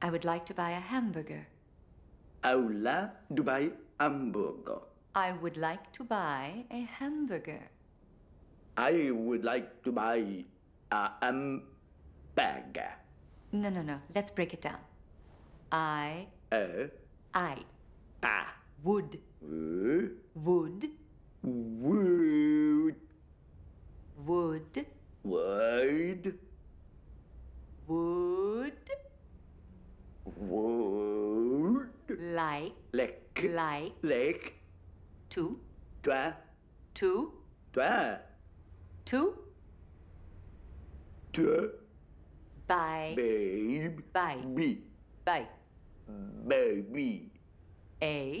I would like to buy a hamburger. I would like to buy hamburger. I would like to buy a hamburger. I would like to buy a hamburger. No, no, no. Let's break it down. I, A I ba would, uh, would, would would, would would would like, like like like to, tòa to, tòa to tòa buy, babe buy, be buy baby eh,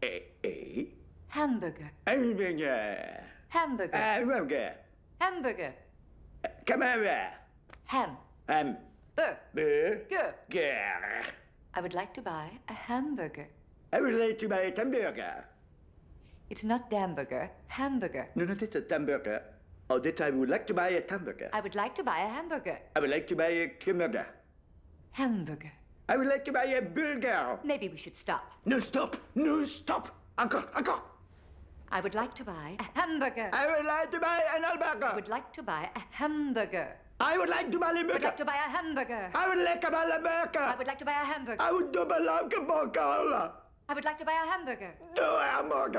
a ê ê hamburger, anh về nhà hamburger, à làm kìa hamburger, camera ham, em bur, bữa ger. kìa I would like to buy a hamburger. I would like to buy a hamburger. It's not hamburger, hamburger. No, not a hamburger. All the time, I would like to buy a hamburger. I would like to buy a hamburger. I would like to buy a hamburger. Hamburger. I would like to buy a burger. Maybe we should stop. No, stop. No, stop. Encore, encore. I would like to buy a hamburger. I would like to buy an I hamburger. would like to buy a hamburger. I would like to buy a I would burger. like to buy a hamburger. I would like to buy a I burger. would like to buy a hamburger. I would double like a burger. I would like to buy a hamburger. Do a hamburger.